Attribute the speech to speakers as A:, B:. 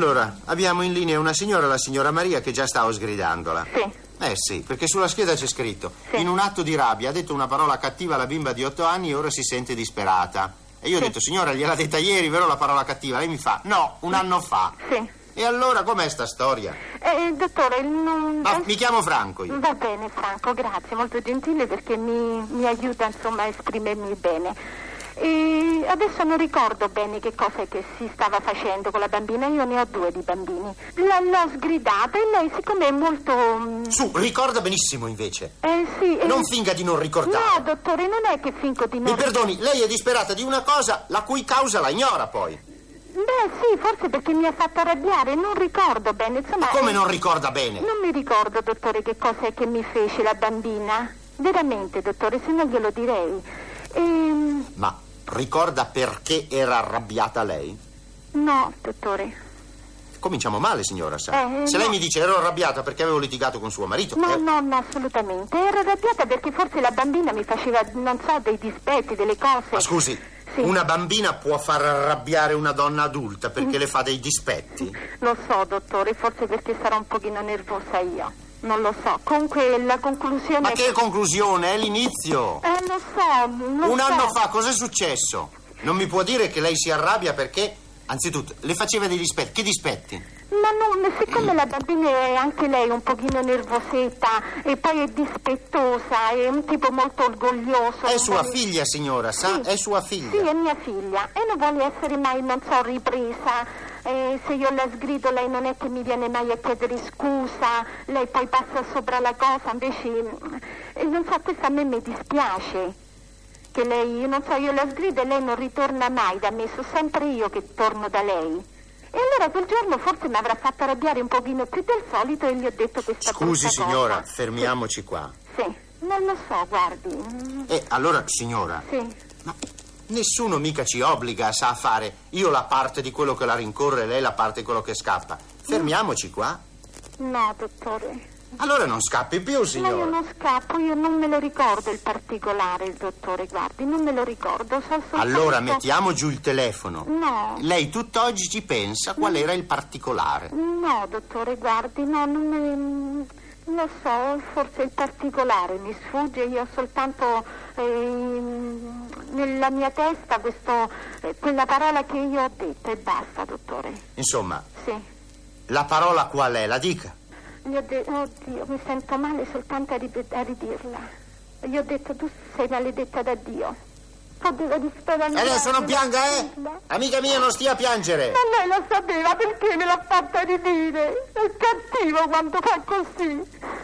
A: Allora, abbiamo in linea una signora, la signora Maria, che già stavo sgridandola.
B: Sì.
A: Eh sì, perché sulla scheda c'è scritto:
B: Sì.
A: In un atto di rabbia ha detto una parola cattiva alla bimba di otto anni e ora si sente disperata. E io ho detto, signora, gliel'ha detta ieri, vero la parola cattiva? Lei mi fa: No, un anno fa.
B: Sì.
A: E allora com'è sta storia?
B: Eh, dottore, non...
A: Ma mi chiamo Franco io.
B: Va bene, Franco, grazie, molto gentile perché mi, mi aiuta insomma a esprimermi bene. E adesso non ricordo bene che cosa è che si stava facendo con la bambina, io ne ho due di bambini. La- l'ho sgridata e lei siccome è molto... mm,
A: Su, ricorda benissimo invece.
B: Eh sì... eh,
A: Non finga di non
B: No,
A: ricordare.
B: dottore, non è che finco di
A: Mi
B: no.
A: perdoni, lei è disperata di una cosa la cui causa la ignora poi.
B: Beh sì, forse perché mi ha fatto arrabbiare, non ricordo bene, insomma...
A: Come
B: eh,
A: non ricorda bene?
B: Non mi ricordo, dottore, che cosa è che mi fece la bambina. Veramente, dottore, se no glielo direi. Ehm,
A: Ma ricorda perché era arrabbiata lei?
B: no, dottore.
A: Cominciamo male, signora, sa.
B: Eh,
A: Se lei
B: no.
A: mi dice ero arrabbiata perché avevo litigato con suo marito,
B: No,
A: eh,
B: no, no, assolutamente. Ero arrabbiata perché forse la bambina mi faceva, non so, dei dispetti, delle cose.
A: ma scusi,
B: Sì.
A: una bambina può far arrabbiare una donna adulta perché le fa dei dispetti?
B: Lo so, dottore, forse perché sarò un pochino nervosa io. Non lo so. Comunque la conclusione...
A: Ma
B: è-
A: che conclusione, è l'inizio.
B: Eh, lo so, lo
A: Un
B: so.
A: anno fa cos'è successo? Non mi può dire che lei si arrabbia perché, anzitutto, le faceva dei dispetti. Che dispetti?
B: Ma non, siccome la bambina è anche lei un pochino nervosetta e poi è dispettosa, è un tipo molto orgoglioso.
A: È sua figlia, signora, sa?
B: Sì.
A: È sua
B: Sì,
A: figlia.
B: è mia figlia e non vuole essere mai, non so, ripresa. Eh, se io la sgrido lei non è che mi viene mai a chiedere scusa, lei poi passa sopra la cosa, invece mm, eh, non so, questo a me mi dispiace. Che lei, io non so, io la sgrido e lei non ritorna mai da me, sono sempre io che torno da lei. E allora quel giorno forse mi avrà fatto arrabbiare un pochino più del solito e gli ho detto questa
A: Scusi,
B: brutta
A: signora,
B: cosa.
A: fermiamoci qua.
B: Sì, non lo so, guardi. mm,
A: E allora, signora,
B: Sì.
A: Ma nessuno mica ci obbliga, sa, a fare io la parte di quello che la rincorre e lei la parte di quello che scappa. Fermiamoci qua.
B: No, dottore.
A: Allora non scappi più,
B: Ma io
A: signora.
B: non scappo, io non me lo ricordo il particolare, il dottore, guardi, non me lo ricordo, so soltanto...
A: Allora mettiamo giù il telefono.
B: No,
A: Lei tutt'oggi ci pensa qual era il particolare.
B: no, dottore, guardi, no, non me... Non so, forse il particolare mi sfugge, io ho soltanto ehm, nella mia testa questo, eh, quella parola che io ho detto e basta, dottore.
A: Insomma,
B: Sì.
A: la parola qual è? La dica.
B: Gli ho detto, oddio, mi sento male soltanto a, ripet- a ridirla. Gli ho detto, tu sei maledetta da Dio. Poteva disperarmi.
A: E adesso non pianga, eh?
B: Ma
A: Amica mia, non stia a piangere.
B: lei lo sapeva perché me l'ha fatta ridire. È cattivo quando fa così.